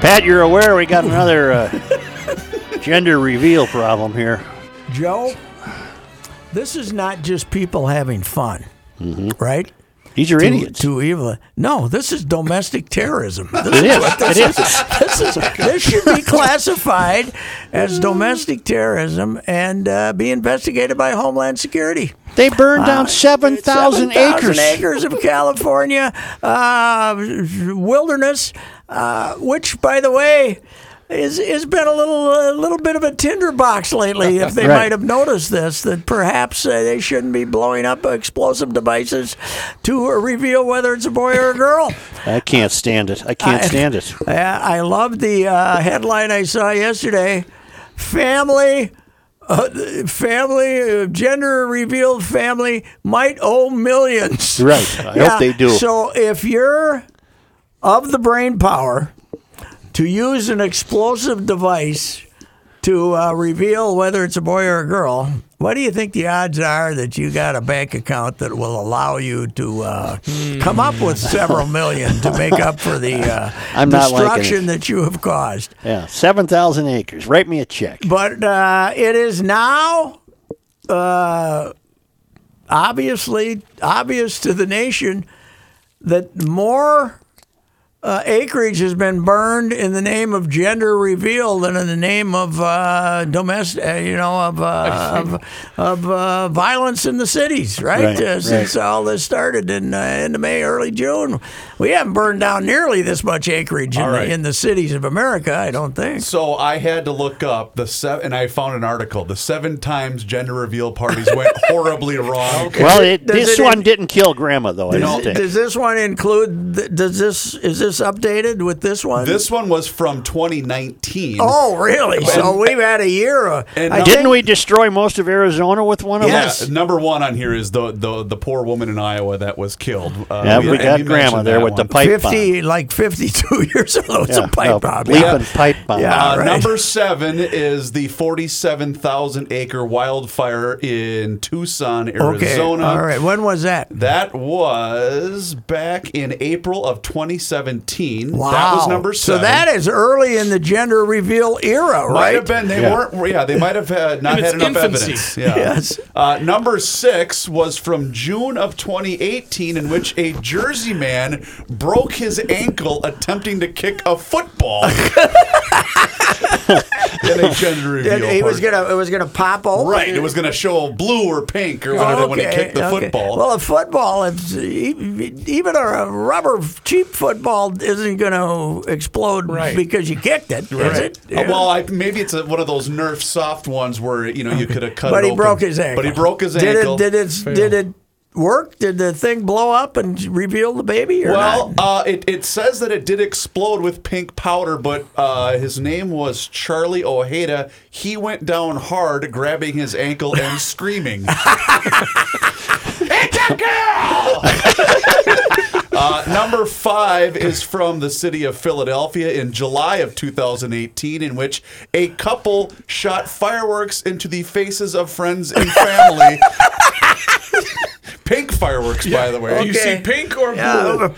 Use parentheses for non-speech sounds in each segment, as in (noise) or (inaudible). Pat, you're aware we got another uh, (laughs) gender reveal problem here. Joe, this is not just people having fun, right? These are idiots. To, to evil. No, this is domestic terrorism. (laughs) This it is. It is. this is this should be classified as domestic terrorism and uh, be investigated by Homeland Security. They burned down 7,000 acres. 7,000 Uh, acres of California uh, wilderness, uh, which, by the way. Is has been a little a little bit of a tinderbox lately. If they Right. might have noticed this, that perhaps uh, they shouldn't be blowing up explosive devices to reveal whether it's a boy or a girl. I can't stand it. I can't I- stand it. I, I love the uh, headline I saw yesterday. Family, uh, family, uh, gender revealed family might owe millions. Right. I hope they do. So if you're of the brain power to use an explosive device to uh, reveal whether it's a boy or a girl, what do you think the odds are that you got a bank account that will allow you to uh, come up with several million to make up for the uh, I'm not liking it. destruction that you have caused? Yeah, 7,000 acres. Write me a check. But uh, it is now uh, obviously obvious to the nation that more uh, acreage has been burned in the name of gender reveal than in the name of uh, domestic, uh, you know, of uh, of, of uh, violence in the cities, right? Right, uh, Since all this started in uh, end of May, early June, we haven't burned down nearly this much acreage in, All right. the, in the cities of America. I don't think. So I had to look up the seven, and I found an article. The seven times gender reveal parties (laughs) went horribly wrong. Well, it, Does this it- one didn't kill Grandma, though, I don't Does, think. does this one include? th- Does this is this updated with this one? This one was from 2019. Oh, really? So we've had a year. Of, And I now- Didn't we destroy most of Arizona with one of Yeah, them? number one on here is the, the the poor woman in Iowa that was killed. Uh, Yeah, we and got mentioned Grandma there that with the one. pipe bomb. fifty, like fifty-two (laughs) years ago. It's a Yeah, no, pipe bomb. Leaping Yeah. pipe bomb. Yeah. Uh, All right. Number seven is the 47,000 acre wildfire in Tucson, Okay. Arizona. All right. When was that? That was back in April of 2017. Wow. That was number seven. So that is early in the gender reveal era, Might right? have been they Yeah. weren't yeah they might (laughs) have had not In had its enough infancy. evidence yeah. Yes. uh, number six was from June of 2018 in which a Jersey man broke his ankle attempting to kick (laughs) a football in a gender reveal It, it was party. gonna. It was gonna pop open. right it was gonna show blue or pink or whatever when he kicked the okay. football Well, a football, it's, e- even a rubber cheap football isn't going to explode Right. because you kicked it, is it? Uh, well, I, maybe it's a, one of those Nerf soft ones where you know you could have cut. but it he open. broke his ankle. But he broke his did ankle. It, did it? Did it work? Did the thing blow up and reveal the baby? Or Well, not? uh, it, it says that it did explode with pink powder, but uh, his name was Charlie Ojeda. He went down hard, grabbing his ankle (laughs) and screaming. (laughs) it's a girl! Uh, number five is from the city of Philadelphia in July of 2018, in which a couple shot fireworks into the faces of friends (laughs) and family. Pink fireworks, by the way. Do you see Okay. pink or blue? Yeah,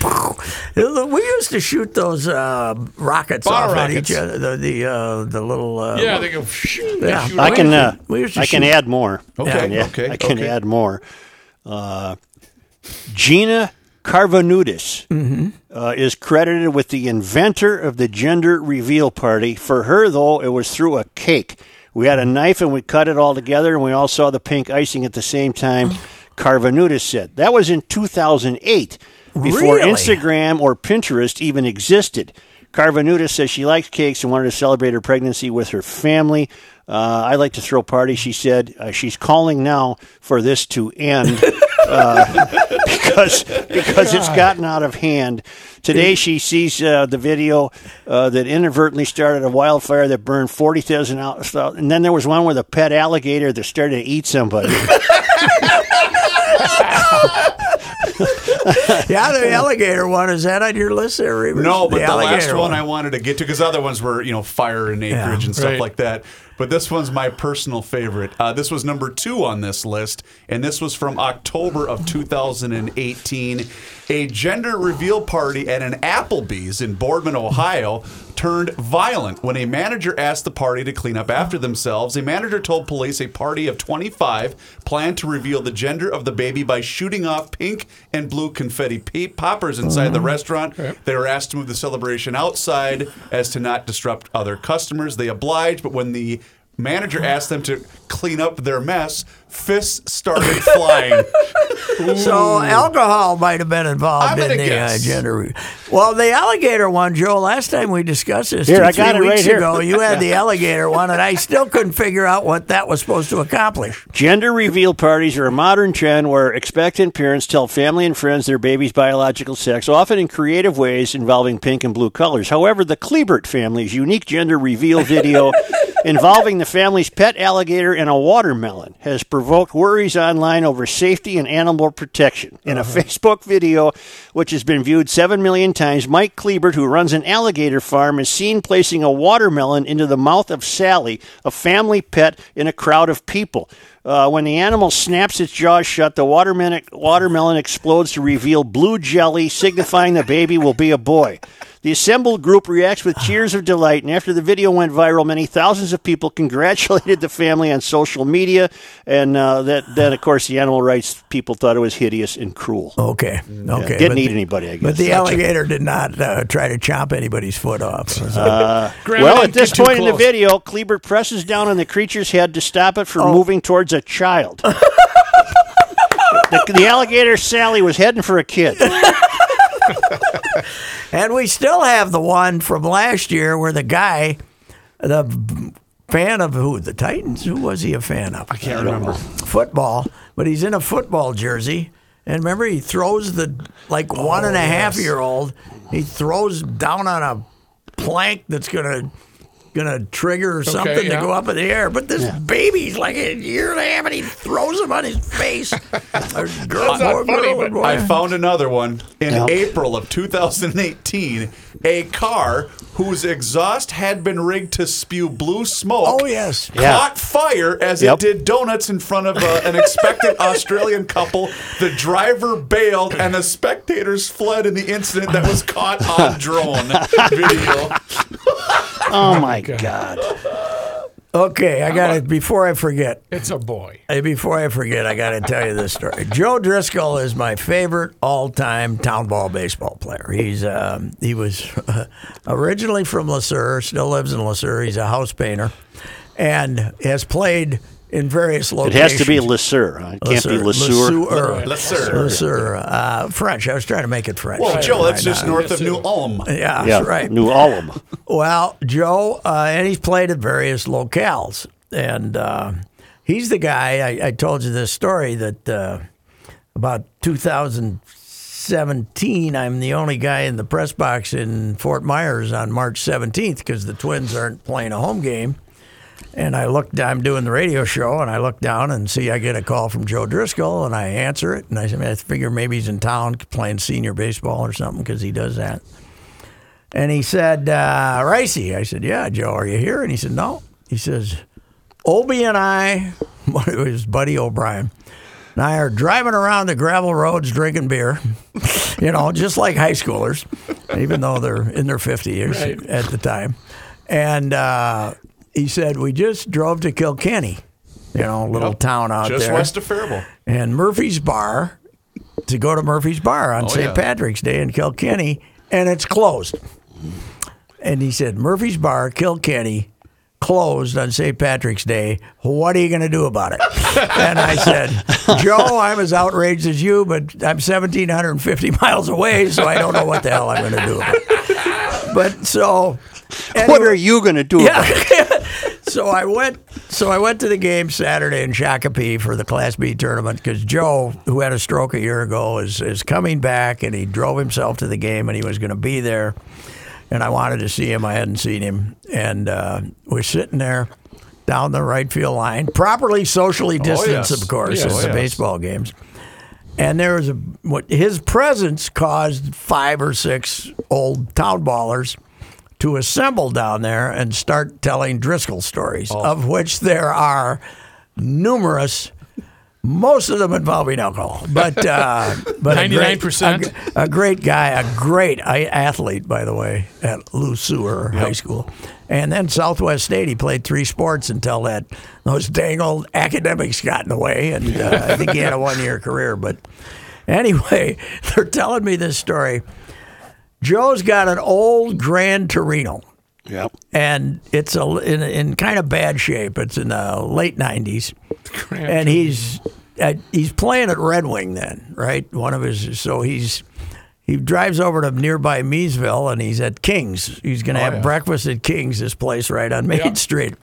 over- we used to shoot those uh, rockets Bottle off at rockets. each other. The the, uh, the little uh, Yeah, they go. shoo, they Yeah. shoot I can away. uh, We used to I can shoot- add more. Okay, I can add- okay, I can okay. add more. Uh, Gina Carvanudis uh, is credited with the inventor of the gender reveal party. For her, though, it was through a cake. We had a knife and we cut it all together, and we all saw the pink icing at the same time. Carvanudis said that was in 2008 before Really? Instagram or Pinterest even existed. Carvanuta says she likes cakes and wanted to celebrate her pregnancy with her family. Uh, I like to throw parties, she said. Uh, she's calling now for this to end uh, because because it's gotten out of hand. Today she sees uh, the video uh, that inadvertently started a wildfire that burned forty thousand out, and then there was one with a pet alligator that started to eat somebody. yeah, the alligator one is that on your list there? Reavers? No, but the, last alligator one I wanted to get to because other ones were you know fire and acreage Yeah, and stuff right. like that. But this one's my personal favorite. Uh, this was number two on this list, and this was from October of 2018. A gender reveal party at an Applebee's in Boardman, Ohio, turned violent when a manager asked the party to clean up after themselves. A manager told police a party of 25 planned to reveal the gender of the baby by shooting off pink and blue confetti pe- poppers inside the restaurant. They were asked to move the celebration outside as to not disrupt other customers. They obliged, but when the manager asked them to clean up their mess, fists started flying. So alcohol might have been I'm involved gonna in the uh, guess. gender. re- Well, the alligator one, Joe. Last time we discussed this, Here, two, I got three it right weeks here. ago, you had the alligator one, and I still couldn't figure out what that was supposed to accomplish. Gender reveal parties are a modern trend where expectant parents tell family and friends their baby's biological sex, often in creative ways involving pink and blue colors. However, the Klebert family's unique gender reveal video involving the family's pet alligator and a watermelon has provoked worries online over safety and animal protection. In a Facebook video, which has been viewed 7 million times, Mike Klebert, who runs an alligator farm, is seen placing a watermelon into the mouth of Sally, a family pet, in a crowd of people. Uh, when the animal snaps its jaws shut, the watermelon, watermelon explodes to reveal blue jelly, signifying the baby will be a boy. The assembled group reacts with cheers of delight, and after the video went viral, many thousands of people congratulated the family on social media, and uh, that then, of course, the animal rights people thought it was hideous and cruel. Okay, okay. Didn't but eat the- anybody, I guess. But the alligator did not uh, try to chop anybody's foot off. Graham, well, at I didn't this get too point in the close. video, Kleber presses down on the creature's head to stop it Oh. from moving towards a (laughs) child. the, the alligator Sally was heading for a kid. Oh And we still have the one from last year where the guy, the fan of who? The Titans? Who was he a fan of? I can't remember. Football, but he's in a football jersey. And remember, he throws the like Oh, one and a half year old. He throws down on a plank that's gonna gonna trigger something yeah. to go up in the air. But this baby's like a year and a half, and he throws him on his (laughs) face. Or girl, That's boy, not funny, girl, but boy. I found another one. In Yeah. April of 2018, a car whose exhaust had been rigged to spew blue smoke. Oh, yes. Yeah. Caught fire as Yep. it did donuts in front of uh, an expectant Australian couple. The driver bailed and the spectators fled in the incident that was caught (laughs) on drone video. Oh my God! Okay, I got it. Before I forget, It's a boy. Hey, before I forget, I got to tell you this story. Joe Driscoll is my favorite all-time town ball baseball player. He's um, he was (laughs) originally from Le Sueur, still lives in Le Sueur. He's a house painter, and has played in various It locations. has to be Lesueur. Huh? It can't be Le Lesueur. Sueur. Le Sueur. Le Sueur. Uh, French. I was trying to make it French. Well, Joe, that's just Why north of New Ulm. not? Yeah, Yeah, that's right. New Ulm. Well, Joe, uh, and he's played at various locales, and uh, he's the guy. I, I told you this story that uh, about 2017, I'm the only guy in the press box in Fort Myers on March 17th because the Twins aren't playing a home game. And I looked, I'm doing the radio show, and I look down and see I get a call from Joe Driscoll, and I answer it. And I, said, I figure maybe he's in town playing senior baseball or something because he does that. And he said, uh, Ricey. I said, Yeah, Joe, are you here? And he said, No. He says, Obie and I, (laughs) it was Buddy O'Brien, and I are driving around the gravel roads drinking beer, (laughs) you know, just like high schoolers, even though they're in their 50 years Right. at the time. And uh, he said, We just drove to Kilkenny, you know, a little town out Just there west of Faribault. and Murphy's Bar to go to Murphy's Bar on St. yeah. Patrick's Day in Kilkenny, and it's closed. And he said, Murphy's Bar, Kilkenny, closed on St. Patrick's Day. What are you going to do about it? and I said, Joe, I'm as outraged as you, but I'm 1,750 (laughs) miles away, so I don't know what the hell I'm going to do about it. But so. What (laughs) anyway- are you going to do? about it? yeah. (laughs) so I went. So I went to the game Saturday in Shakopee for the Class B tournament because Joe, who had a stroke a year ago, is is coming back, and he drove himself to the game, and he was going to be there. And I wanted to see him. I hadn't seen him, and uh, we're sitting there down the right field line, properly socially distanced, yes. of course, Yes. it's Oh, the yes. baseball games. And there was a what his presence caused five or six old town ballers to assemble down there and start telling Driscoll stories, of which there are numerous most of them involving alcohol. But uh, but a great- 99%. a, a great guy, a great i- athlete, by the way, at Lou Sewer High School, and then Southwest State. He played three sports until that those dang old academics got in the way, and uh, I think he had a one year career. But anyway, (laughs) they're telling me this story. Joe's got an old Grand Torino Yep. and it's a, in, in kind of bad shape. It's in the late '90s, Grand and he's at, he's playing at Red Wing then, right? One of his so he's he drives over to nearby Meesville, and he's at King's. He's going to have breakfast at King's, this place right on Main Street,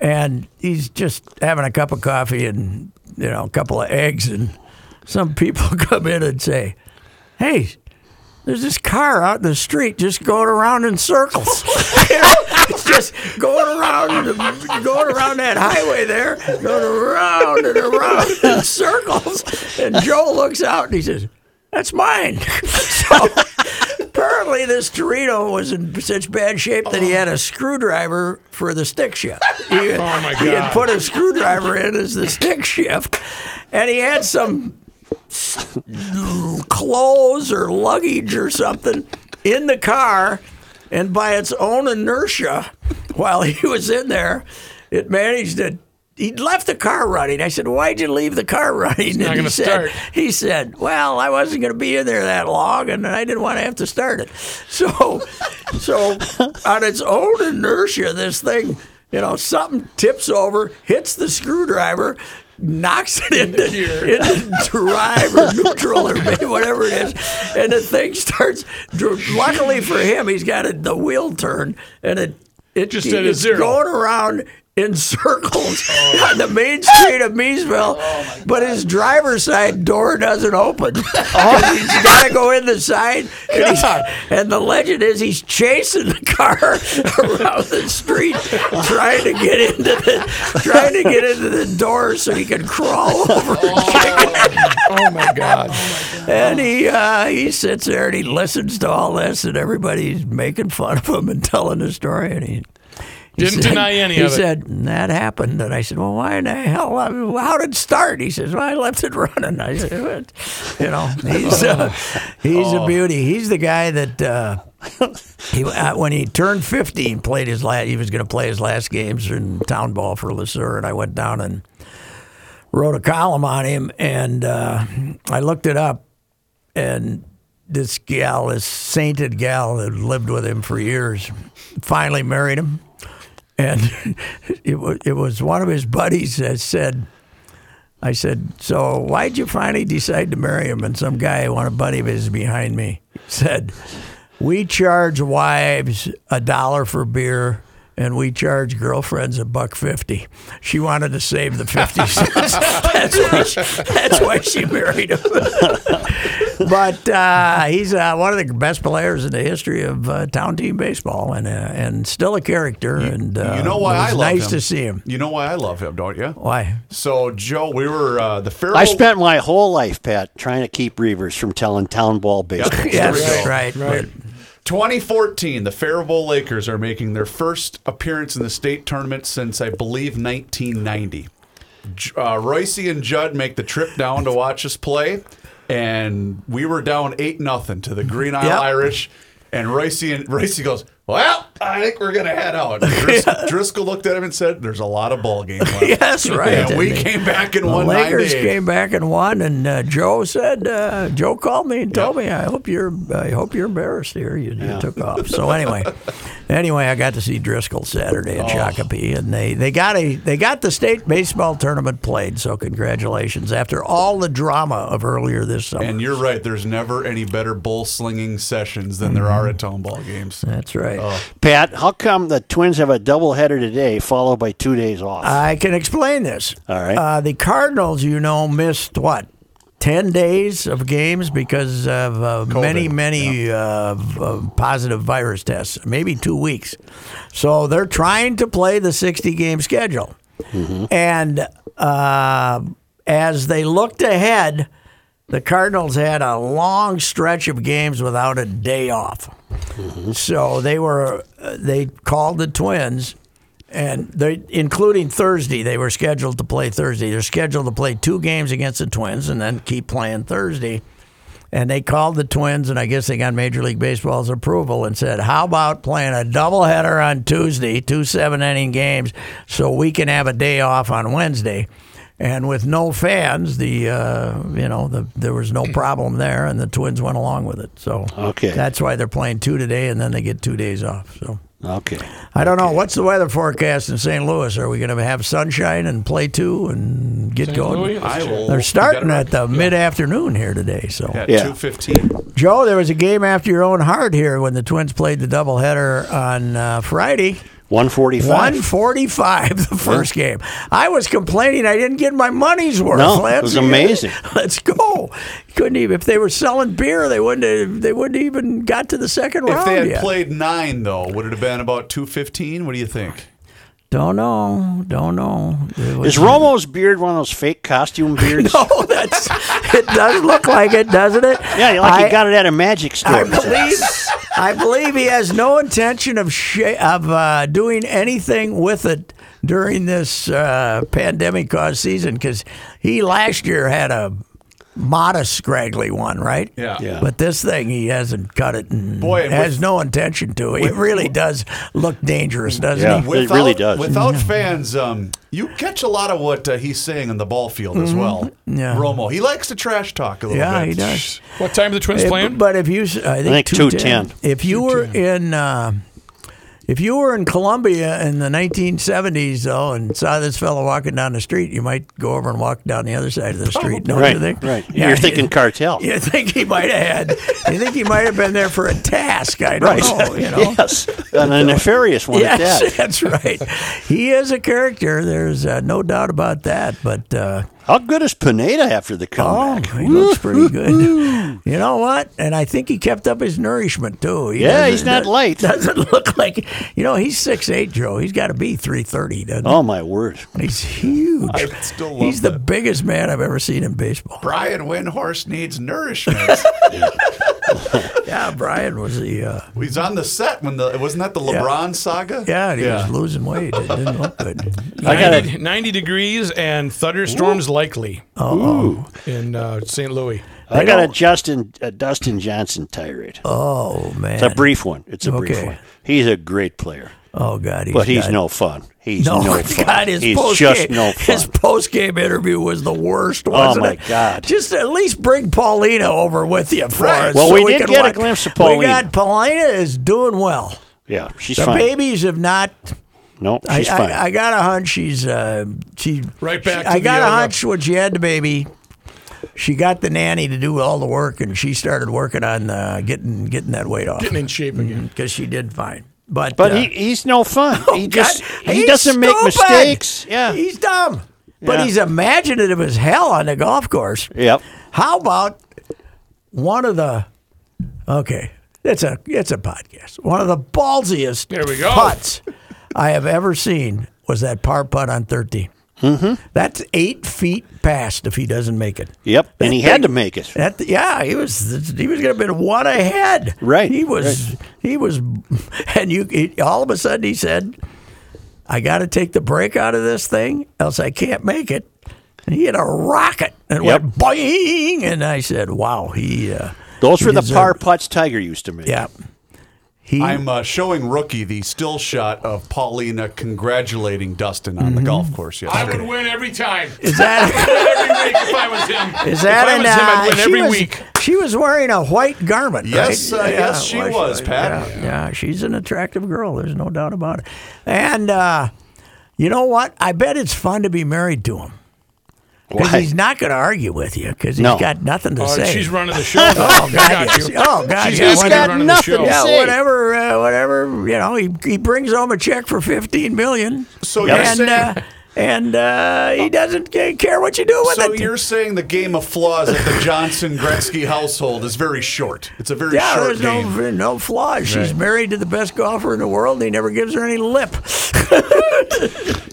and he's just having a cup of coffee and you know a couple of eggs, and some people (laughs) come in and say, "Hey." There's this car out in the street just going around in circles. (laughs) You know, it's just going around, going around that highway there, going around and around in circles. And Joe looks out and he says, "That's mine." (laughs) So apparently, this Torino was in such bad shape that he had a screwdriver for the stick shift. He, oh my He had God. put a screwdriver in as the stick shift, and he had some clothes or luggage or something in the car, and by its own inertia, (laughs) while he was in there, it managed to. He'd left the car running. I said, "Why'd you leave the car (laughs) running?" and not he gonna said, start. "He said, well, I wasn't going to be in there that long, and I didn't want to have to start it. (laughs) So, so on its own inertia, this thing, you know, something tips over, hits the screwdriver." Knocks it into, into drive or neutral or (laughs) whatever it is, and the thing starts. Luckily for him, he's got it, the wheel turn, and it it Just it's at a zero. going around in (laughs) circles on the main street of Meesville, but his driver's side door doesn't open. (laughs) he's got to go in the side, and, he's- and the legend is he's chasing the car (laughs) around the street, trying to get into the trying to get into the door so he can crawl over. Oh my God. And he uh, he sits there and he listens to all this, and everybody's making fun of him and telling the story, and he. (laughs) he Didn't deny any he of it. said, that happened. And I said, well, why in the hell? I mean, how did it start? He says, well, I left it (laughs) running. I said, "What?" you know, he's, uh, (laughs) he's Oh. a beauty. He's the guy that uh, he, uh, when he turned 50, he played his last, he was going to play his last games in town ball for Le Sueur. And I went down and wrote a column on him. And uh, I looked it up and this gal, this sainted gal that lived with him for years, finally married him. And (laughs) it was, it was one of his buddies that said, I said, so why'd you finally decide to marry him? And some guy, one of buddy of his behind me, said, we charge wives a dollar for beer and we charge girlfriends a buck fifty. She wanted to save the 50 cents. that's, why she, that's why she married him. (laughs) but uh, he's uh, one of the best players in the history of uh, town team baseball and uh, and still a character. and uh, You know why it I was love him. nice to see him. You know why I love him, don't you? Why? So, Joe, we were uh, the Faribault. Oh. I spent my whole life, Pat, trying to keep Reavers from telling town ball baseball. Yep. (laughs) Yes, we go. right. right. 2014, the Faribault Lakers are making their first appearance in the state tournament since, I believe, 1990. J- Uh, Royce and Judd make the trip down to watch us play, and we were down 8 nothing to the Green Isle Yep. Irish. And Royce, and Royce goes, Well, I think we're going to head (laughs) out. Dris- Driscoll looked at him and said, There's a lot of ball game left. Yes, right. And we And came back and the won Lakers 98. came back and won, and uh, Joe said, uh, Joe called me and told me, I hope you're, I hope you're embarrassed here. You, you took off. So anyway, anyway, I got to see Driscoll Saturday at Shakopee, and they, they got a, they got the state baseball tournament played. So congratulations after all the drama of earlier this summer. And you're right. There's never any better bull slinging sessions than there are at town ball games. That's right. Pat, how come the Twins have a doubleheader today followed by two days off? I can explain this. All right. Uh, the Cardinals, you know, missed what? 10 days of games because of uh, many, many uh, v- uh, positive virus tests, maybe two weeks. So they're trying to play the 60 game schedule. Mm-hmm. And uh, as they looked ahead, the Cardinals had a long stretch of games without a uh, day off. So they were, they called the Twins and they, including Thursday, they were scheduled to play Thursday. They're scheduled to play two games against the Twins and then keep playing Thursday. And they called the Twins, and I guess they got Major League Baseball's approval and said, "How about playing a doubleheader on Tuesday, two seven-inning games, so we can have a day off on Wednesday." And with no fans, the uh, you know the, there was no problem there, and the Twins went along with it. So Okay. that's why they're playing two today, and then they get two days off. So. Okay. I don't know. What's the weather forecast in St. Louis? Are we going to have sunshine and play two and get going? Louis, I let's will- check. They're starting You got at the mid afternoon here today. So, At Yeah. two fifteen. Joe, there was a game after your own heart here when the Twins played the doubleheader on uh, Friday. 145. 145, the first game. I was complaining I didn't get my money's worth. No, it Lance. was amazing. (laughs) Let's go. Couldn't even if they were selling beer, they wouldn't have, they wouldn't even got to the second round If they had yet. played nine, though, would it have been about two fifteen? What do you think? don't know, don't know. It was- Is (laughs) Romo's beard one of those fake costume beards? Oh, that's it. Does look like it, doesn't it? Yeah, like I, you got it at a magic store. I believe. I believe he has no intention of sh- of uh, doing anything with it during this uh, pandemic caused season because he last year had a modest scraggly one, right? Yeah. Yeah. But this thing, he hasn't cut it and Boy, and has with- no intention to. He really does look dangerous, doesn't Yeah. he? It really does. Without fans, um, you catch a lot of what uh, he's saying on the ball field as well. Yeah. Romo, he likes to trash talk a little Yeah, bit. he does. What time are the Twins If- playing? But if you, s- I think think, 210. 210. If you were in, uh, if you were in Colombia in the 1970s though, and saw this fellow walking down the street, you might go over and walk down the other side of the street. Don't Right, you think? right. Yeah, You're thinking cartel. (laughs) You think he might have had? You think he might have been there for a task? I (laughs) don't Right. know. Oh, You know. (laughs) Yes. And a nefarious one at Yes, that. (laughs) that's right. He is a character. There's uh, no doubt about that. But uh, How good is Pineda after the comeback? Oh, he looks (laughs) pretty good. You know what? And I think he kept up his nourishment too. He Yeah, doesn't- he's not does- light. (laughs) Doesn't look like you know he's six eight, Joe. He's got to be three thirty. Doesn't Oh, my word. (laughs) he? He's huge. (laughs) I still love he's the that. biggest man I've ever seen (laughs) in baseball. Brian Windhorse needs nourishment. Yeah, Brian was the. Uh, He's on the set when the wasn't that the LeBron saga? yeah, and he yeah. was losing weight. It didn't look good. (laughs) I got 90, a 90 degrees and thunderstorms likely Oh. ooh, in uh, St. Louis. I got a Justin a Dustin Johnson tirade. Oh man. It's a brief one. It's a brief Okay. one. He's a great player, oh God. He's but he's got- no fun. He's No, no, (laughs) my fun. God, his he's post just game, no his fun. Oh, post game interview was the worst. Wasn't my it? God. Just at least bring Paulina over with you for Right. us. Well, so we did can get a watch. glimpse of We Paulina. got Paulina is doing well. Yeah, she's The fine. babies have not. No, I, she's I- fine. I got a hunch she's uh, she. Right back she- to I the got a yoga. hunch when she had the baby. She got the nanny to do all the work, and she started working on uh, getting getting that weight off Getting in shape again. because she did fine. But but uh, he, he's no (laughs) fun. he God, just he he's doesn't make stupid. mistakes. Yeah. he's dumb, but Yeah. he's imaginative as hell on the golf course. yep. How about one of the? Okay, it's a it's a podcast. One of the ballsiest There we go. putts I have ever seen was that par putt on 13 Mm-hmm. That's eight feet past if he doesn't make it. Yep. And he That had to thing- make it. That, yeah, he was he was going to be one ahead. Right, He was he was, (laughs) and you he, all of a sudden he said, "I got to take the break out of this thing, else I can't make it." And he had a rocket and Yep. went boing, and I said, "Wow, he." Uh, Those he were the deserved- par putts Tiger used to make. Yeah. He, I'm uh, showing rookie the still shot of Paulina congratulating Dustin on the golf course I would yesterday. win every time. is that every week if I was him. is that if I was an, him, uh, I'd win she every was, week. She was wearing a white garment. Yes, right? uh, yes, she well, was, Pat. Yeah, yeah, she's an attractive girl. There's no doubt about it. And uh, you know what? I bet it's fun to be married to him because Why? he's not going to argue with you because he's No. got nothing to Oh, say. she's running the show. oh, (laughs) Oh God! yes. Oh God! She's yeah, got whatever- running the show. yeah, say. whatever, uh, whatever. You know, he, he brings home a check for fifteen million, So you're and saying- uh, and uh, he doesn't ca- care what you do with So it. you're saying the game of flaws at the Johnson Gretzky household is very short. It's a very Yeah, short there's no game. no flaws. She's married to the best golfer in the world. And he never gives her any lip. (laughs)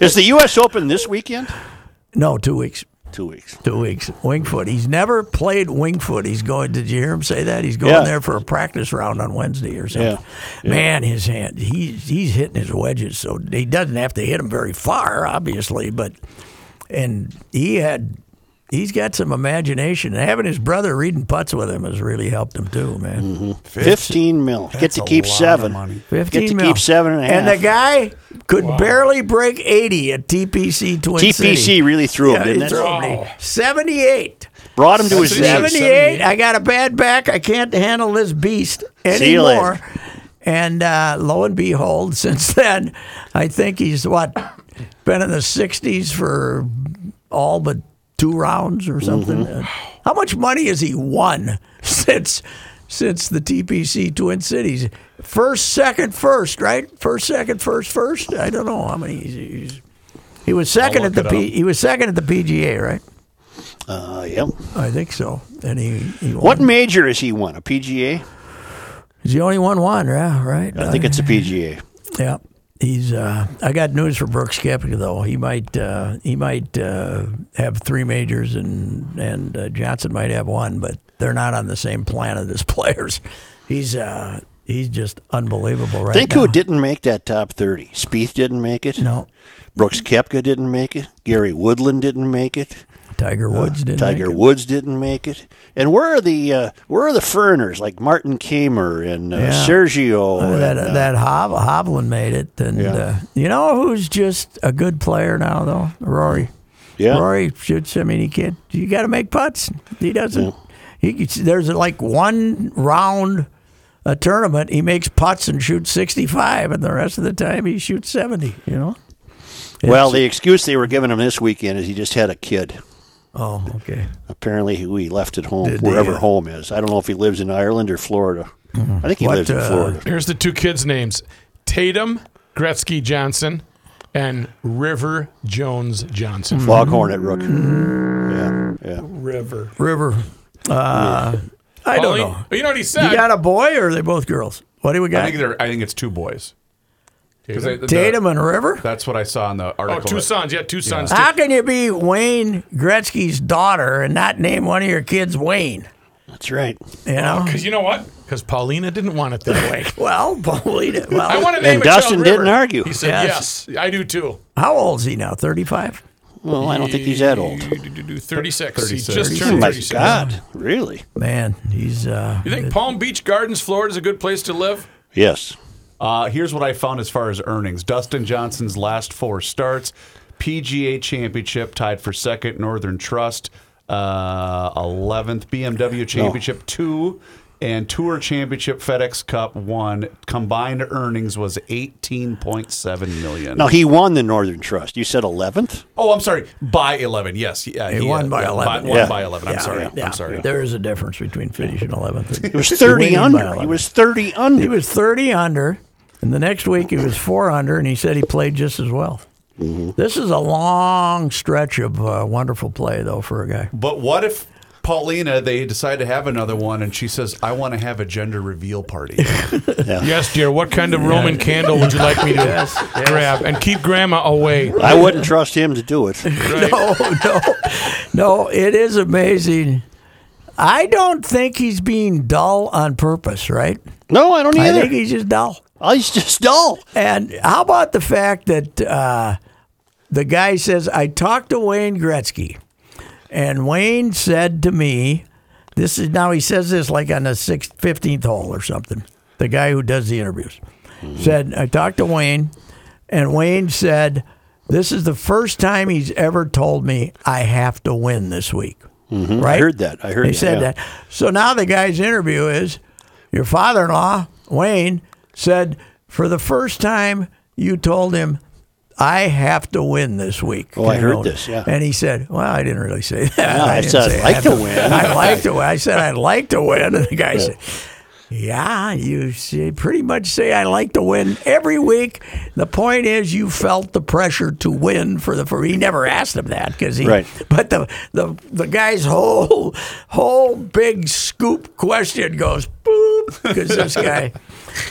Is the U.S. Open this weekend? No, two weeks. Two weeks. Two weeks. Wingfoot. He's never played Wingfoot. He's going. Did you hear him say that? He's going Yeah. there for a practice round on Wednesday or something. Yeah. Man, his hand. He's he's hitting his wedges, so he doesn't have to hit them very far, obviously. But and he had. He's got some imagination. And having his brother reading putts with him has really helped him too, man. Mm-hmm. 15 mil. Get to a keep lot of seven. money. Get 15 to mil. keep seven and a half. the guy could barely break 80 at TPC Twin TPC City. really threw him, Yeah, didn't he it? threw him. Wow. 78. Brought him to his That's knees. amazing. 78. I got a bad back. I can't handle this beast See you later. anymore. And uh, lo and behold, (laughs) since then, I think he's what been in the 60s for all but two rounds or something. Mm-hmm. Uh, How much money has he won (laughs) since since the TPC Twin Cities? First, second, first, right? First, second, first, first. I don't know how many he's. he's he was second at the look it P, up. he was second at the PGA, right? Uh, yep. I think so. And he, he won. What major has he won? A PGA? He's the only one won, yeah, right. I think it's a Uh, PGA. yeah. He's. Uh, I got news for Brooks Koepka though. He might. Uh, he might uh, have three majors, and and uh, Johnson might have one, but they're not on the same planet as (laughs) players. He's. Uh, he's just unbelievable right Think now. who didn't make that top 30? Spieth didn't make it. No, Brooks Kepka didn't make it. Gary Woodland dn't make it. Tiger Woods didn't. Uh, Tiger make it. Woods didn't make it. And where are the uh, where are the foreigners like Martin Kamer and uh, Yeah. Sergio? Uh, that and, uh, that Hob, Hovland made it, and Yeah. uh, you know who's just a good player now though, Rory. yeah. Rory shoots. I mean, he can't. You got to make putts. He doesn't. He gets- there's like one round a tournament. He makes putts and shoots 65, and the rest of the time he shoots 70. You know. Well, the excuse they were giving him this weekend is he just had a kid. Oh, okay. Apparently, he, he left at home, Did he? wherever home is. I don't know if he lives in Ireland or Florida. I think he What, lives in uh, Florida. Here's the two kids' names Tatum Gretzky Johnson and River Jones Johnson. Hmm. mm-hmm. Foghorn at Rook. Yeah, yeah. River. River. Uh, I Well, don't he- know. You know what he said? You got a boy, or are they both girls? What do we I got? think they're. I think it's two boys. 'Cause they- the- Tatum and River. That's what I saw in the oh, article. two that- sons. Yeah, two sons. How can you be Wayne Gretzky's daughter and not name one of your kids Wayne? That's right. You know. Oh, Because you know what? Because Paulina didn't want it that way. Well, (laughs) Paulina. Well, (laughs) I want to name And a child Dustin River. didn't argue. He said, Yes. yes. I do too. How old is he now? 35? Well, I don't think he's that old. 36. He 36. just Oh turned my 36. God! Really? Man, he's. Uh, You think Palm Beach Gardens, Florida is a good place to live? Yes. Uh, here's what I found as far as earnings: Dustin Johnson's last four starts, PGA Championship tied for second, Northern Trust uh, eleventh, BMW Championship two, and Tour Championship FedEx Cup one. Combined earnings was eighteen point seven million. Now he won the Northern Trust. You said eleventh. Oh, I'm sorry. By eleven, yes, yeah, uh, He won by yeah, 11. By, won Yeah. by eleven. I'm yeah, sorry. yeah, I'm sorry. There is a difference between finish and (laughs) 11th. He was thirty under. He was thirty under. He was 30 under, and the next week he was 4 under, and he said he played just as well. Mm-hmm. This is a long stretch of uh, wonderful play, though, for a (laughs) guy. But what if Paulina? They decide to have another one, and she says, "I want to have a gender (laughs) reveal party." Yes, dear. What kind of Roman candle would you like (laughs) me to grab? And keep Grandma away. I wouldn't trust him to do (laughs) it. No, no, no, it is amazing. I don't think he's being dull on purpose, right? No, I don't I either. think he's just dull. Oh, he's just dull. And how about the fact that uh, the guy says, I talked to Wayne Gretzky, and Wayne said to me, this is now he says this like on the sixth, 15th hole or something. The guy who does the interviews Mm-hmm. said, I talked to Wayne, and Wayne said, This is the first time he's ever told me I have to win this week. Right? Mm-hmm. I heard that. I heard They that, said yeah. that. So now the guy's interview is your father in law, Wayne, said for the first time you told him, I have to win this week. Oh, I You heard this, yeah. And he said, Well, I didn't really say (laughs) that. No, I didn't said I'd say like had to win. I'd like to win. I said, I'd like to win. (laughs) And the guy said, yeah, you say- pretty much say I like to win every week. The point is, you felt the pressure to win for the. For, he never asked him that because he. Right. But the the the guy's whole whole big scoop question goes boop because this guy,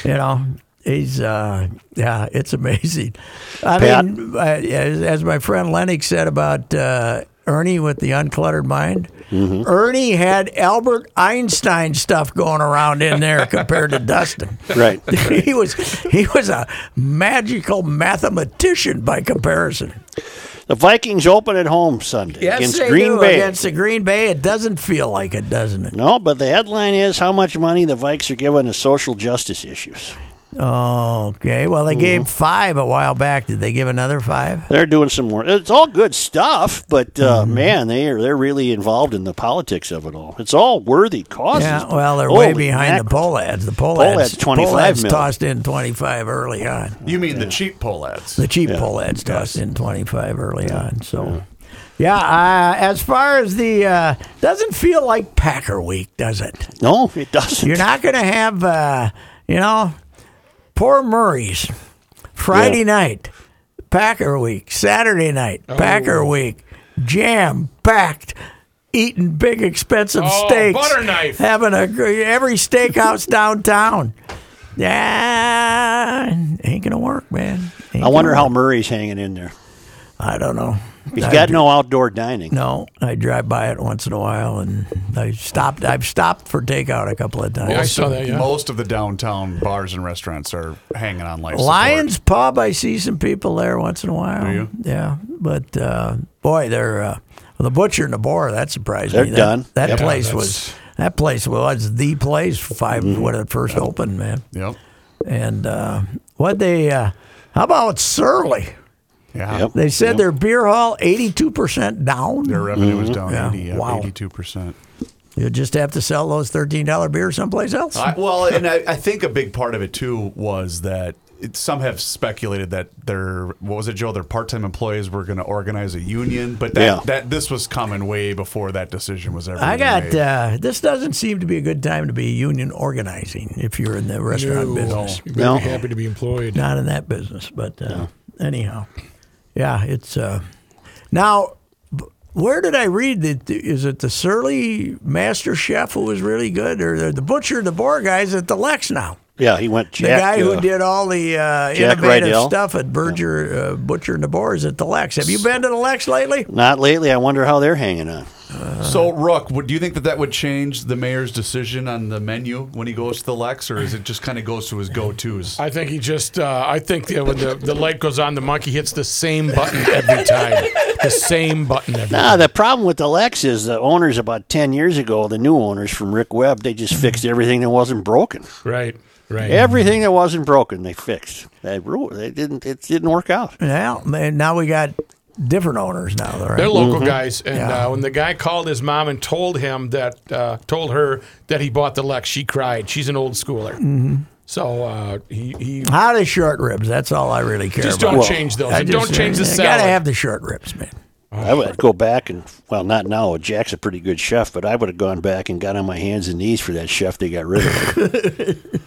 you know, he's uh yeah, it's amazing. I Pat? mean, I, as, as my friend Lennox said about uh, Ernie with the Uncluttered Mind. Mm-hmm. Ernie had Albert Einstein stuff going around in there compared to Dustin. (laughs) Right. (laughs) he was he was a magical mathematician by comparison. The Vikings open at home Sunday against they Green do. Bay. Against the Green Bay, it doesn't feel like it, doesn't it? No, but the headline is how much money the Vikes are giving to social justice issues. Okay. Well, they gave five a while back. Did they give another five? They're doing some more. It's all good stuff, but uh, Mm-hmm. man, they are they're really involved in the politics of it all. It's all worthy causes. Yeah. Well, they're Holy way behind mackerel. the poll ads. The poll, Poll ads, ads, 25 poll ads million. tossed in twenty five early on. You mean the cheap poll ads? The cheap poll ads tossed in 25 early on. So, yeah, uh, as far as the, uh, doesn't feel like Packer week, does it? No, it doesn't. You're not going to have, uh, you know, poor Murray's Friday Yeah. night, Packer week, Saturday night, Oh. Packer week, jam packed. Eating big expensive Oh, steaks, butter knife. having a gr- every steakhouse downtown. Yeah, ain't gonna work, man. Ain't I wonder gonna how Murray's hanging in there. I don't know. He's I got dri- no outdoor dining. no. I drive by it once in a while, and I stopped. I've stopped for takeout a couple of I times. saw that. Yeah. Most of the downtown bars and restaurants are hanging on life support. Lions Pub. I see some people there once in a while. you? Yeah, but uh, boy, they're uh, well, the butcher and the boar. That surprised They're me. That, done. That Yep. place Yeah, was. That place was the place five Mm-hmm. when it first opened, man. Yep. And uh, what they, uh, how about Surly? Yeah. Yep. They said their beer hall eighty two percent down. Their revenue Mm-hmm. was down Yeah. 80, uh, Wow. 82%. You'll just have to sell those thirteen dollar beers someplace else. (laughs) I, well, and I, I think a big part of it too was that it, some have speculated that their what was it, Joe? Their part-time employees were going to organize a union, but that, Yeah. that this was coming way before that decision was ever. I got made. uh, this. Doesn't seem to be a good time to be union organizing if you're in the restaurant business. You better No. be happy to be employed. Not in that business, but uh, anyhow, yeah, it's uh, now. b- Where did I read that? Is it the Surly Master Chef who was really good, or the- the Butcher, and the Boar guys at the Lex now? Yeah, he went The Jack. guy uh, who did all the uh, Jack innovative Rydell. stuff at Berger, uh, Butcher and the Boar is at the Lex. Have you been to the Lex lately? Not lately. I wonder how they're hanging on. So, Rook, would, do you think that that would change the mayor's decision on the menu when he goes to the Lex, or is it just kind of goes to his go-tos? I think he just. Uh, I think uh, when the, the light goes on, the monkey hits the same button every time. the same button every Ah, time. the problem with the Lex is the owners about ten years ago, the new owners from Rick Webb, they Mm-hmm. just fixed everything that wasn't broken. Right. Right. Everything that wasn't broken, they fixed. They ruled. They didn't. It didn't work out. Yeah, man, now we got different owners now, though, right? Mm-hmm. They're local guys, and Yeah. uh, when the guy called his mom and told him that, uh, told her that he bought the Lex, she cried. She's an old schooler, Mm-hmm. so uh, he, he How the short ribs? That's all I really care just about. don't change those. I And don't just- change the you gotta salad. have the short ribs, man. I would go back and well, not now. Jack's a pretty good chef, but I would have gone back and got on my hands and knees for that chef they got rid (laughs) of.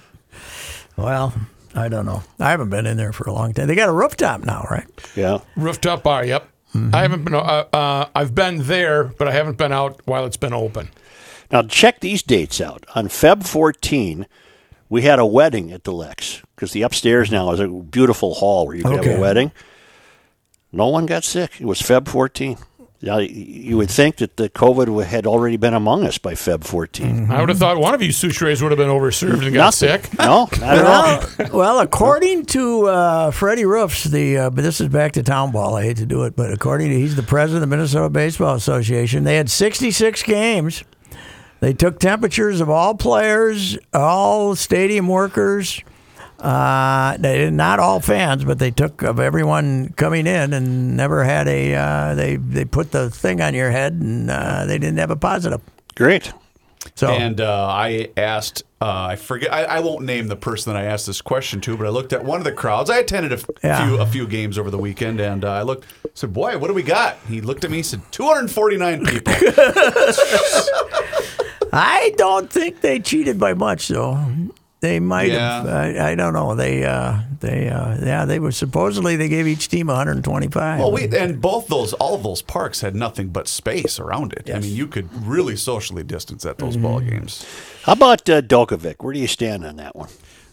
Well, I don't know. I haven't been in there for a long time. They got a rooftop now, right? yeah, rooftop bar. Yep, Mm-hmm. I haven't been. Uh, uh, I've been there, but I haven't been out while it's been open. Now check these dates out. On Feb 14, we had a wedding at the Lex because the upstairs now is a beautiful hall where you can Okay. have a wedding. No one got sick. It was Feb 14. Now y- you would think that the COVID wa- had already been among us by Feb Mm. 14. Mm-hmm. I would have thought one of you sushis would have been overserved and got sick. No, not at all. Well, well, according to uh, Freddie Roofs, the uh, but this is back to town ball. I hate to do it, but according to he's the president of the Minnesota Baseball Association, they had 66 games. They took temperatures of all players, all stadium workers. Uh, they did not all fans, but they took of everyone coming in and never had a. Uh, they they put the thing on your head and uh, they didn't have a positive. Great. So And uh, I asked, uh, I forget, I, I won't name the person that I asked this question to, but I looked at one of the crowds. I attended a f- Yeah. few a few games over the weekend, and uh, I looked, said, "Boy, what do we got?" He looked at me, said, (laughs) "249 people." I don't think they cheated by much, though. They might have. Yeah. I, I don't know. They, uh, they, uh, yeah, they were supposedly they gave each team 125. well, Oh, we and both those, all of those parks had nothing but space around it. I mean, you could really socially distance at Mm-hmm. those ball games. How about uh, Dolkovic? Where do you stand on that one?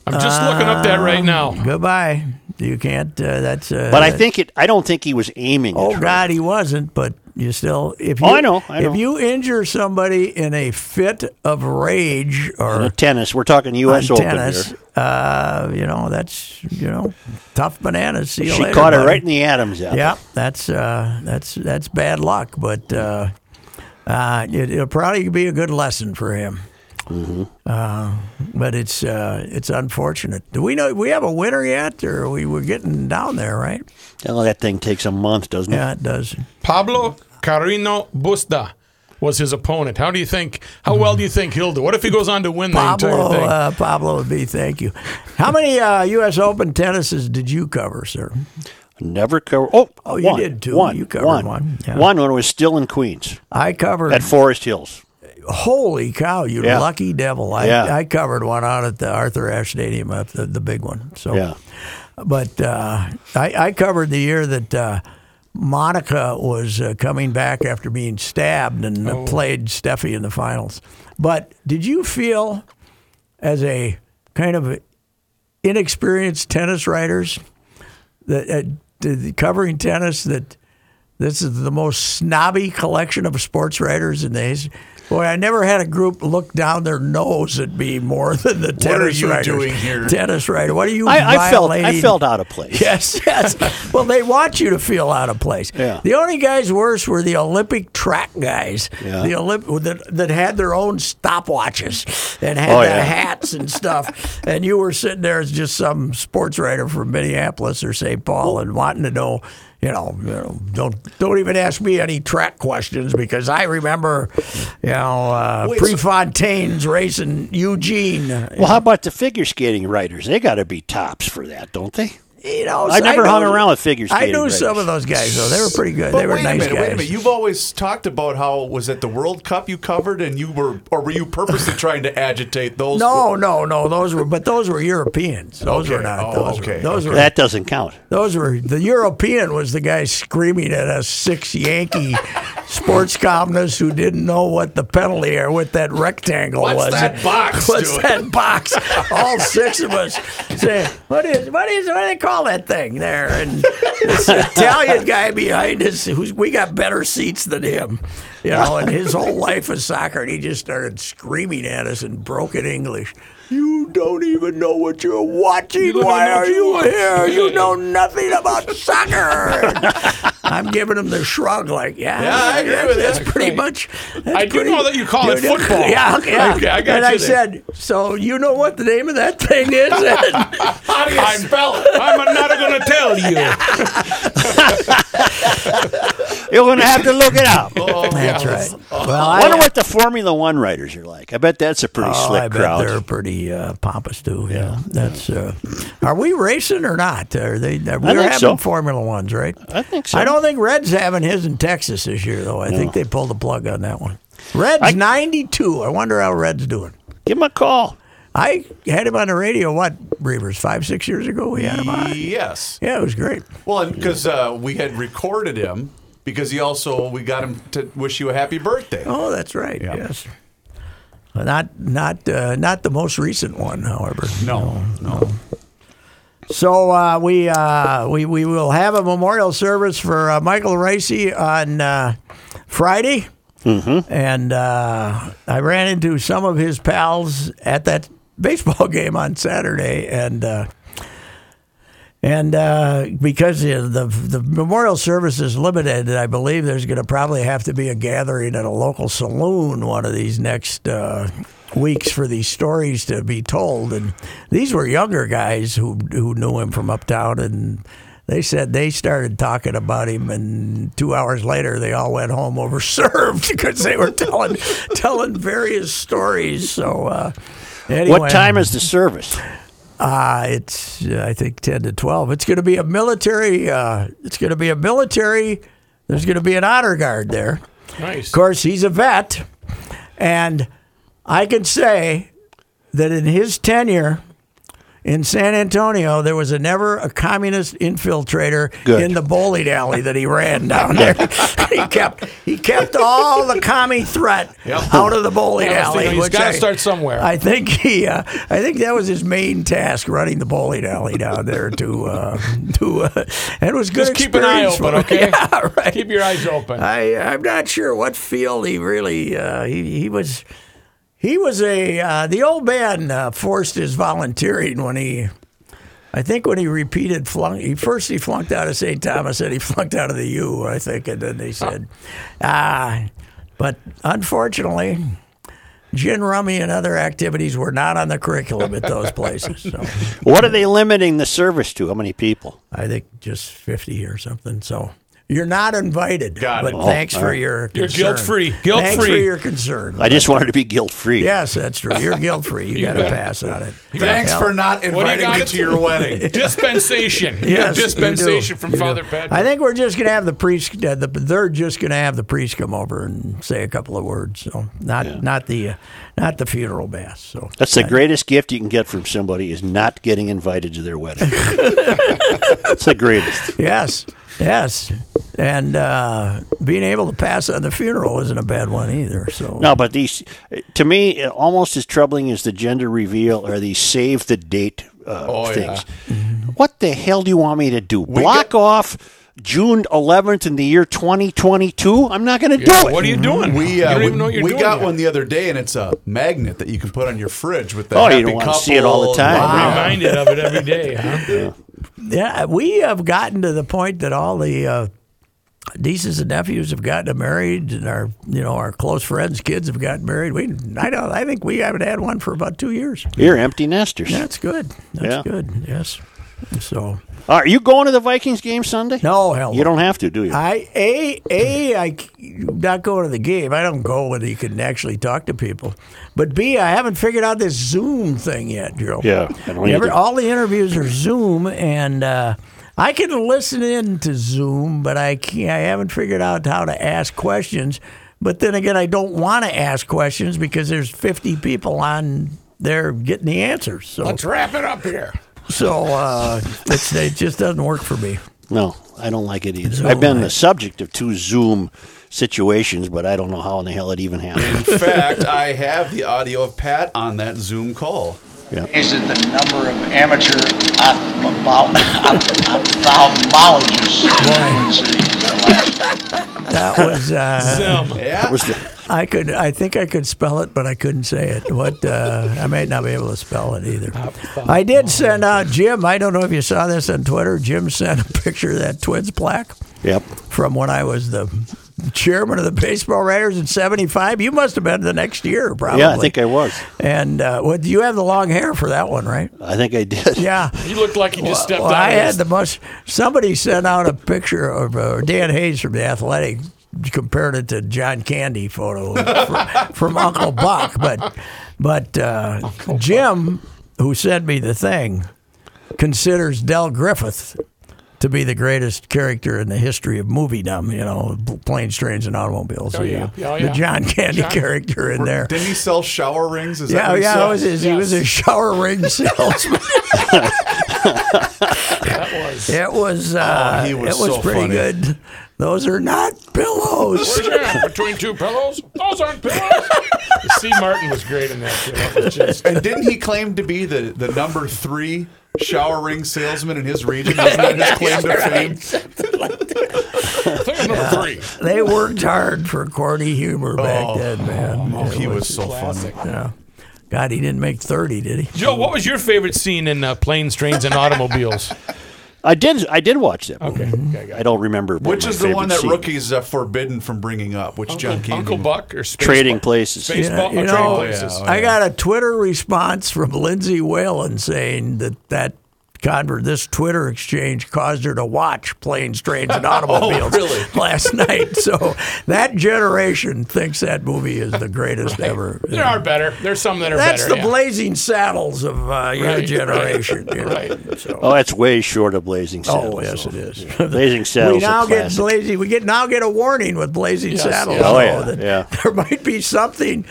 I'm just looking up that right now. Goodbye. You can't. Uh, that's. Uh, But I think it. I don't think he was aiming. at Oh her. God, he wasn't. But You still, if you, Oh, I know, I know. if you injure somebody in a fit of rage or tennis. We're talking on U.S. Open tennis, here. uh, you know that's you know tough bananas. See you She later, caught it buddy. right in the Adams apple. Yeah, that's uh, that's that's bad luck, but uh, uh, it, it'll probably be a good lesson for him. Mm-hmm. Uh, but it's uh, it's unfortunate. Do we know we have a winner yet, or we were getting down there, right? Oh, that thing takes a month, doesn't it? Yeah, it does. Pablo Carino Busta was his opponent. How do you think? How well do you think he'll do? What if he goes on to win the entire Pablo, thing? uh, Pablo would be. Thank you. How many uh, U.S. Open tennises did you cover, sir? Never cover. Oh, Oh, you one, did too. One, You covered one, one, yeah. one when it was still in Queens I covered. at Forest Hills. holy cow, you Yeah. lucky devil! I, Yeah. I covered one out at the Arthur Ashe Stadium, up the, the big one. So Yeah. But uh, I, I covered the year that uh, Monica was uh, coming back after being stabbed and Oh. uh played Steffi in the finals. But did you feel, as a kind of inexperienced tennis writers, that uh, did the covering tennis that this is the most snobby collection of sports writers in the his- Boy, I never had a group look down their nose at me more than the tennis are you writers. doing here? Tennis writer, what are you? I, I felt I (laughs) violating- felt out of place. Yes, yes. well, they want you to feel out of place. Yeah. The only guys worse were the Olympic track guys. Yeah. The Olymp- that, that had their own stopwatches and had Oh, their yeah. hats and (laughs) stuff. and you were sitting there as just some sports writer from Minneapolis or St. Paul and wanting to know. You know, you know, don't don't even ask me any track questions because I remember, you know, uh, Wait, so- Prefontaine's race in Eugene. Well, how about the figure skating writers? They got to be tops for that, don't they? you know, I never know- hung around with figure I skating knew writers. some of those guys though; they were pretty good. But they were wait nice a minute, guys. wait a minute. You've always talked about how was it the World Cup you covered, and you were, or were (laughs) you purposely trying to agitate those? no, no, no. Those were, but those were Europeans. Those Okay. were not. Oh, Those okay, were. Those were. That doesn't count. Those were. The European was the guy screaming at us six (laughs) Yankee sports columnists who didn't know what the penalty or what that rectangle What's was. that (laughs) box What's doing? that box? All six of us say, "What is? What is? What do they call that thing there?" And (laughs) this Italian guy behind us, who's we got better seats than him, you know, and his whole life is soccer, and he just started screaming at us in broken English. You don't even know what you're watching. don't Why know are what you you want." here? (laughs) You know nothing about soccer. I'm giving him the shrug, like, yeah, Yeah, I agree that's, with that's that. pretty Right. much. that's I do pretty- know that you call it do- (laughs) football. Yeah, okay, yeah. Okay, I And got you I there. said, so you know what the name of that thing is? (laughs) And How do you spell it? I'm not going to tell you. You're going to have to look it (laughs) up. that's right. Well, I wonder Oh, what the Formula One writers are like. I bet that's a pretty oh, slick I bet crowd. they're pretty uh, pompous too. Yeah, that's. Uh, are we racing or not? Are they? Are we're think having so. Formula Ones, right? I think so. I don't think Red's having his in Texas this year, though. I think they pulled the plug on that one. Red's 92. I wonder how Red's doing. Give them a call. I had him on the radio, what, Reavers, five, six years ago? We had him on. Yes. Yeah, it was great. Well, because uh, we had recorded him because he also we got him to wish you a happy birthday. Oh, that's right. Yes. Not not uh, not the most recent one, however. No, no. So uh, we uh, we we will have a memorial service for uh, Michael Ricey on uh, Friday, mm-hmm. and uh, I ran into some of his pals at that (laughs) baseball game on Saturday, and. Uh, and uh, because you know, the the memorial service is limited, I believe there's going to probably have to be a gathering at a local saloon one of these next uh, weeks for these stories to be told. And these were younger guys who who knew him from uptown, and they said they started talking about him, and two hours later they all went home overserved (laughs) because they were telling telling various stories. So. Uh, Anyway, What time is the service? uh, it's uh, I think ten to twelve. It's going to be a military. Uh, it's going to be a military. There's going to be an honor guard there. Nice. Of course, he's a vet, and I can say that in his tenure, in San Antonio, there was a never a communist infiltrator Good. in the bowling alley that he ran down there. (laughs) he kept he kept all the commie threat out of the bowling Yeah, I was alley. thinking he's which gotta I- start somewhere. I think he uh, I think that was his main task, running the bowling alley down there to uh, (laughs) to uh, and it was good. Just keep an eye experience open, for okay? him. (laughs) Yeah, right. Keep your eyes open. I (laughs) I'm not sure what field he really uh, he he was he was a uh, the old man uh, forced his volunteering when he I think when he repeated flunk he first he flunked out of St. Thomas and he (laughs) flunked out of the U I think and then they said ah but unfortunately gin rummy and other activities were not on the curriculum at those places so What are they limiting the service to? How many people? I think just 50 or something so you're not invited Got it. but thanks for your Oh, You're concern. guilt-free. Guilt-free. thanks for your concern I just wanted to be guilt free. Yes, that's true. You're guilt (laughs) free. You got to bet. pass on it. Thanks Hell. for not you inviting me got? to your wedding. Dispensation. (laughs) You Yes, got you do. dispensation from You do. Father Patrick. I think we're just gonna have the priest. Uh, the, they're just gonna have the priest come over and say a couple of words. So not not the uh, not the funeral mass. So That's the greatest gift you can get from somebody is not getting invited to their wedding. (laughs) That's the greatest. yes, yes, and uh, being able to pass on the funeral isn't a bad one either. So No, but these, to me, almost as troubling as the gender reveal are these save the date uh, Oh, things. What the hell do you want me to do? Block off June 11th in the year 2022? I'm not going to do it. what are you doing? We, you uh, don't we, even know what you're we doing. got yet. one the other day, and it's a magnet that you can put on your fridge with the Oh, you happy don't wanna couple. see it all the time. Wow. Reminded of it every day, huh? yeah, we have gotten to the point that all the uh, nieces and nephews have gotten married, and our you know our close friends' kids have gotten married. We I don't I think we haven't had one for about two years. You're empty nesters. That's good. That's Yeah. good. Yes. So Are you going to the Vikings game Sunday? no hell. You don't have to, do you? I a a I c- not going to the game. I don't go when you can actually talk to people. But b I haven't figured out this Zoom thing yet, Joe. Yeah, I don't Never- either. all the interviews are Zoom, and uh, I can listen in to Zoom, but I can't, I haven't figured out how to ask questions. But then again, I don't want to ask questions because there's 50 people on there getting the answers. So Let's wrap it up here. so uh, it's, it just doesn't work for me. No, I don't like it either. I've been the subject of two Zoom situations, but I don't know how in the hell it even (laughs) (laughs) happened. In fact, I have the audio of Pat on that Zoom call. Is it the number of amateur (laughs) ophthalmo- ophthalmologists in the city of Alaska? That was uh, Zim. Yeah. Was the- I could I think I could spell it, but I couldn't say it. What uh, I may not be able to spell it either. I did send out Jim. I don't know if you saw this on Twitter. Jim sent a picture of that Twins plaque yep. from when I was the chairman of the baseball writers in '75. You must have been the next year, probably. Yeah, I think I was. And uh, what you have the long hair for that one, right? I think I did. Yeah. You looked like you just stepped Well, out. I of had his- the most. Somebody sent out a picture of uh, Dan Hayes from the Athletic, compared it to John Candy photo (laughs) from, from Uncle Buck, but but uh, Jim, who sent me the thing, considers Del Griffith to be the greatest character in the history of moviedom. You know, planes, trains, and automobiles. Oh, yeah. Oh, the yeah. John Candy character in there. Didn't he sell shower rings? Is that Yeah, what he yeah, it sold? was his, he was a shower ring salesman. (laughs) That was. It was uh, Oh, he was it was so pretty funny. good. Those are not pillows. Where's (laughs) your hand? Between two pillows? Those aren't pillows. (laughs) C. Martin was great in that. Too. That was just. And didn't he claim to be the, the number three shower ring salesman in his region? Isn't that his claim to fame? I think it was number three. they worked hard for corny humor back then, man. It Oh, He was so funny. Classic. yeah. God, he didn't make thirty, did he? Joe, what was your favorite scene in uh, Planes, Trains, and Automobiles? I did. I did watch that. Movie. Okay. okay I got it. I don't remember. what Which my is the one favorite that scene- rookies are forbidden from bringing up? Which John Candy? Uncle Buck or Space Trading Buck? places. Space You know- Buck or you Trading know, Places. Oh, yeah. I got a Twitter response from Lindsay Whalen saying that that convert this Twitter exchange caused her to watch planes, trains, (laughs) Oh, and automobiles really? (laughs) last night. So that generation thinks that movie is the greatest ever. There are better. There's some that are That's better. the yeah. blazing saddles of uh, your Right. generation. you know. Right. So- Oh, that's way short of Blazing Saddles. oh yes, though. it is. Blazing Saddles. we now a get classic. blazing. We get now get a warning with blazing saddles. yes. Oh, though, yeah, that yeah. There might be something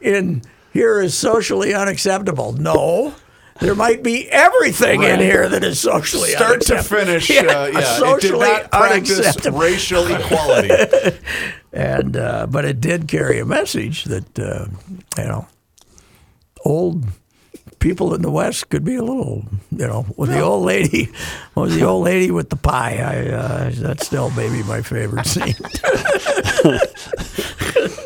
in here is socially unacceptable. No. There might be everything in here that is socially Start to unacceptable. finish, Yeah, uh, yeah, it did socially not practice unacceptable. racial (laughs) equality. and uh, but it did carry a message that uh, you know old people in the West could be a little you know with the old lady was the old lady with the pie. I uh, that's still maybe my favorite scene. (laughs)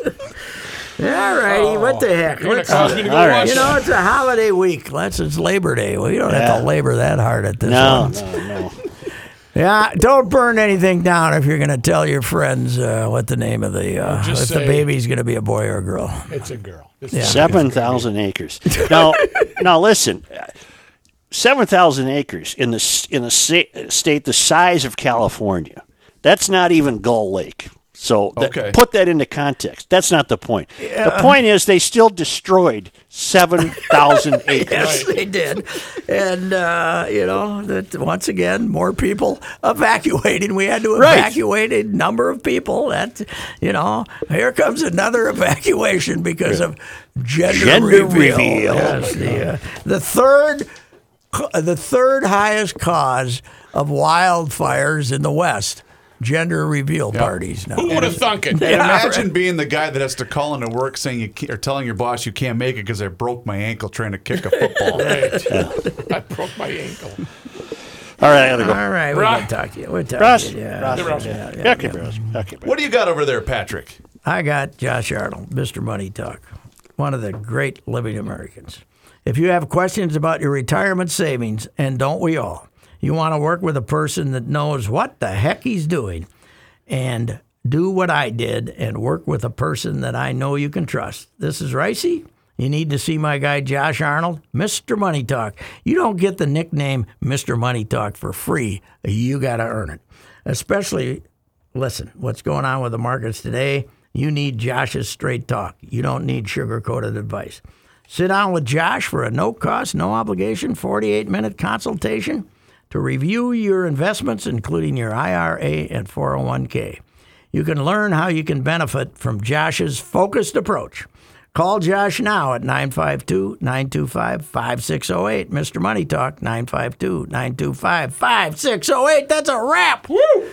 All righty, what the heck? You're gonna Let's- cause me to go All right. watch you that. know, it's a holiday week. Let's, it's Labor Day. We don't have Yeah. to labor that hard at this No, one. no, no. Yeah, don't burn anything down if you're going to tell your friends uh, what the name of the uh, Just if the say- baby's going to be a boy or a girl. It's a girl. It's Seven thousand acres. Now, now listen. Seven thousand acres in the s- in a sa- state the size of California. That's not even Gull Lake. So that- Okay. put that into context. That's not the point. The point is they still destroyed seven thousand acres. Yes, they did, and uh, you know that once again more people evacuating. We had to Right. evacuate a number of people. That you know, here comes another evacuation because of gender, Gender reveal. reveal. Yes, the, uh, the third, the third highest cause of wildfires in the West. Gender reveal parties. Now. Who would have (laughs) thunk it? And imagine being the guy that has to call into work saying you can't, or telling your boss you can't make it because I broke my ankle trying to kick (laughs) a football. Oh, Right. I broke my ankle. All right, I gotta go. All right, we Ross- can talk to you. We're talking. Russ, yeah. Russ, Russ. yeah, Yeah, okay, Russ, okay, Russ. what do you got over there, Patrick? I got Josh Arnold, Mr. Money Talk, one of the great living Americans. If you have questions about your retirement savings, and don't we all, you want to work with a person that knows what the heck he's doing and do what I did and work with a person that I know you can trust. This is Ricey. You need to see my guy Josh Arnold, Mr. Money Talk. You don't get the nickname Mr. Money Talk for free. You got to earn it. Especially listen, what's going on with the markets today, you need Josh's straight talk. You don't need sugar coated advice. Sit down with Josh for a no cost, no obligation 48 minute consultation to review your investments, including your IRA and 401k. You can learn how you can benefit from Josh's focused approach. Call Josh now at 952 925 5608. Mr. Money Talk 952 925 5608. That's oh a wrap. Woo!